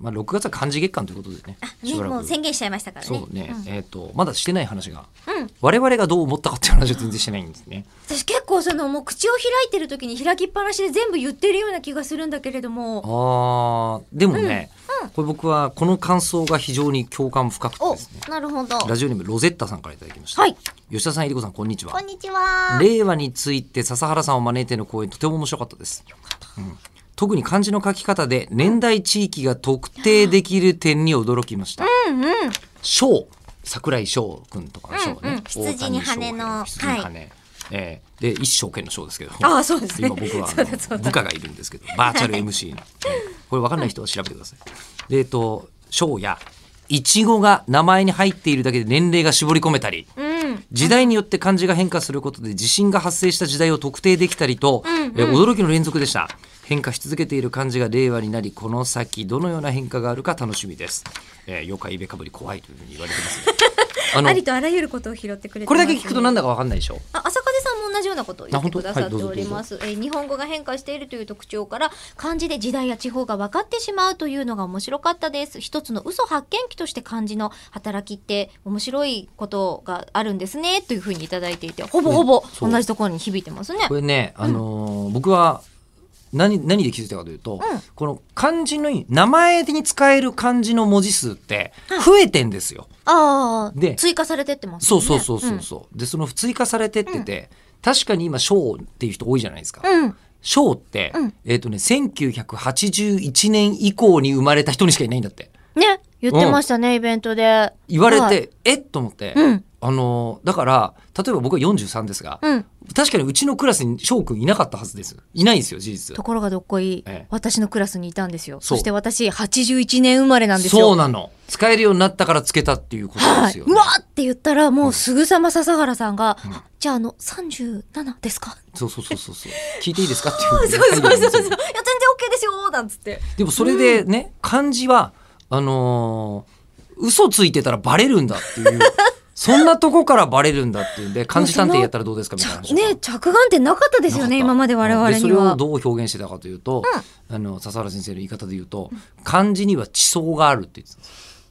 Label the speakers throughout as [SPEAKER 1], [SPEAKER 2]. [SPEAKER 1] まあ、6月は漢字月間ということでね
[SPEAKER 2] ね、もう宣言しちゃいましたからね。
[SPEAKER 1] そうね、
[SPEAKER 2] ん
[SPEAKER 1] えっ、とまだしてない話が
[SPEAKER 2] うん、
[SPEAKER 1] 我々がどう思ったかっていう話を全然してないんですね。
[SPEAKER 2] 私結構そのもう口を開いてる時に開きっぱなしで全部言ってるような気がするんだけれども
[SPEAKER 1] あーでもね、
[SPEAKER 2] うんうん
[SPEAKER 1] これ僕はこの感想が非常に共感深くて
[SPEAKER 2] お
[SPEAKER 1] ですね
[SPEAKER 2] なるほど
[SPEAKER 1] ラジオネームロゼッタさんからいただきました、
[SPEAKER 2] はい
[SPEAKER 1] 吉田さんえりこさんこんにちは
[SPEAKER 2] こんにちは
[SPEAKER 1] 令和について笹原さんを招いての講演とても面白かったです、うん特に漢字の書き方で年代地域が特定できる点に驚きました
[SPEAKER 2] うんうん
[SPEAKER 1] 翔桜井翔くんとかの翔ね、
[SPEAKER 2] うんうん羊に羽
[SPEAKER 1] 大
[SPEAKER 2] の
[SPEAKER 1] 谷翔平羊に羽、えーで一生懸の翔ですけど
[SPEAKER 2] あーそうですね
[SPEAKER 1] 今僕はあ
[SPEAKER 2] そうだそう
[SPEAKER 1] の
[SPEAKER 2] だ
[SPEAKER 1] 部下がいるん ですけどバーチャル MC の、うんこれ分かんない人は調べてくださいでえっと翔やいちごが名前に入っているだけで年齢が絞り込めたり
[SPEAKER 2] うん
[SPEAKER 1] 時代によって漢字が変化することで地震が発生した時代を特定できたりと、えー驚きの連続でした変化し続けている漢字が令和になりこの先どのような変化があるか楽しみです、えー、妖怪イベかぶり怖いというふうに言われてます ねあ
[SPEAKER 2] あ
[SPEAKER 1] の
[SPEAKER 2] りとあらゆることを拾ってくれて
[SPEAKER 1] これだけ聞くとなん
[SPEAKER 2] だ
[SPEAKER 1] だかわかんないでしょ
[SPEAKER 2] あ浅風さんも同じようなことを言ってくださっております、えー日本語が変化しているという特徴から漢字で時代や地方が分かってしまうというのが面白かったです一つの嘘発見機として漢字の働きって面白いことがあるんですねというふうにいただいていてほぼほぼ
[SPEAKER 1] ねそう
[SPEAKER 2] 同じところに響いてますね
[SPEAKER 1] これね、あのー僕は何何で気づいたかというと、
[SPEAKER 2] うん
[SPEAKER 1] この漢字の名前に使える漢字の文字数って増えてんですよ、
[SPEAKER 2] ああ
[SPEAKER 1] で
[SPEAKER 2] 追加されてってます
[SPEAKER 1] そう
[SPEAKER 2] ね
[SPEAKER 1] そうそうそうそう、でその追加されてってて、確かに今「章」っていう人多いじゃないですか
[SPEAKER 2] うん、うん
[SPEAKER 1] 「章」って、
[SPEAKER 2] うん
[SPEAKER 1] えっ、とね1981年以降に生まれた人にしかいないんだって
[SPEAKER 2] ね言ってましたね、イベントで
[SPEAKER 1] 言われて、
[SPEAKER 2] はい
[SPEAKER 1] えっと思って、
[SPEAKER 2] うん
[SPEAKER 1] あのーだから例えば僕は43ですが、
[SPEAKER 2] うん
[SPEAKER 1] 確かにうちのクラスに翔くんいなかったはずですいないんですよ事実
[SPEAKER 2] ところがどっこい、
[SPEAKER 1] ええ
[SPEAKER 2] 私のクラスにいたんですよ
[SPEAKER 1] そ
[SPEAKER 2] そうして私81年生まれなんですよ
[SPEAKER 1] そうなの使えるようになったからつけたっていうこと
[SPEAKER 2] は
[SPEAKER 1] で
[SPEAKER 2] い、
[SPEAKER 1] すよ、
[SPEAKER 2] う
[SPEAKER 1] ね
[SPEAKER 2] わーって言ったらもうすぐさま笹原さんが、
[SPEAKER 1] ん
[SPEAKER 2] あじゃああの37で すか
[SPEAKER 1] そうそうそうそうそう聞いていいですかっていう
[SPEAKER 2] そ
[SPEAKER 1] の
[SPEAKER 2] う
[SPEAKER 1] が
[SPEAKER 2] そうそうそういや
[SPEAKER 1] 入るん
[SPEAKER 2] 全然
[SPEAKER 1] ですよ
[SPEAKER 2] OK ですよなんつって
[SPEAKER 1] でもそれでね、漢字はあのー嘘ついてたらバレるんだって いうそんなとこからバレるんだっていうんで漢字探偵やったらどうですかみたいな話
[SPEAKER 2] ちゃね着眼点なかったですよね今まで我々
[SPEAKER 1] でそ
[SPEAKER 2] に
[SPEAKER 1] れを
[SPEAKER 2] は。
[SPEAKER 1] どう表現してたかというと、あの笹原先生の言い方で言うと漢字には地層があるって言ってたんです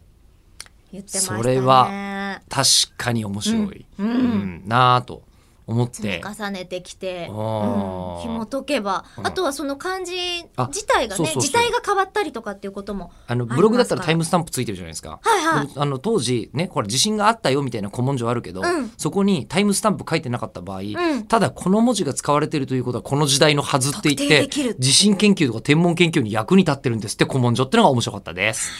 [SPEAKER 2] 言ってましたね
[SPEAKER 1] それは確かに面白い、
[SPEAKER 2] うんうん
[SPEAKER 1] なあと思って
[SPEAKER 2] 重ねてきて、うん、
[SPEAKER 1] あー
[SPEAKER 2] 紐解けば、
[SPEAKER 1] うん
[SPEAKER 2] あとはその漢字
[SPEAKER 1] あ
[SPEAKER 2] 自体がね
[SPEAKER 1] そうそうそう
[SPEAKER 2] 時代が変わったりとかっていうことも
[SPEAKER 1] あの
[SPEAKER 2] ありますか
[SPEAKER 1] ブログだったらタイムスタンプついてるじゃないですか。
[SPEAKER 2] はいはい
[SPEAKER 1] でもあの当時ねこれ地震があったよみたいな古文書あるけど、
[SPEAKER 2] うん
[SPEAKER 1] そこにタイムスタンプ書いてなかった場合、
[SPEAKER 2] ん
[SPEAKER 1] ただこの文字が使われてるということはこの時代のはずって言
[SPEAKER 2] 特定
[SPEAKER 1] っ
[SPEAKER 2] でき
[SPEAKER 1] て
[SPEAKER 2] る
[SPEAKER 1] 地震研究とか天文研究に役に立ってるんですって古文書ってのが面白かったです。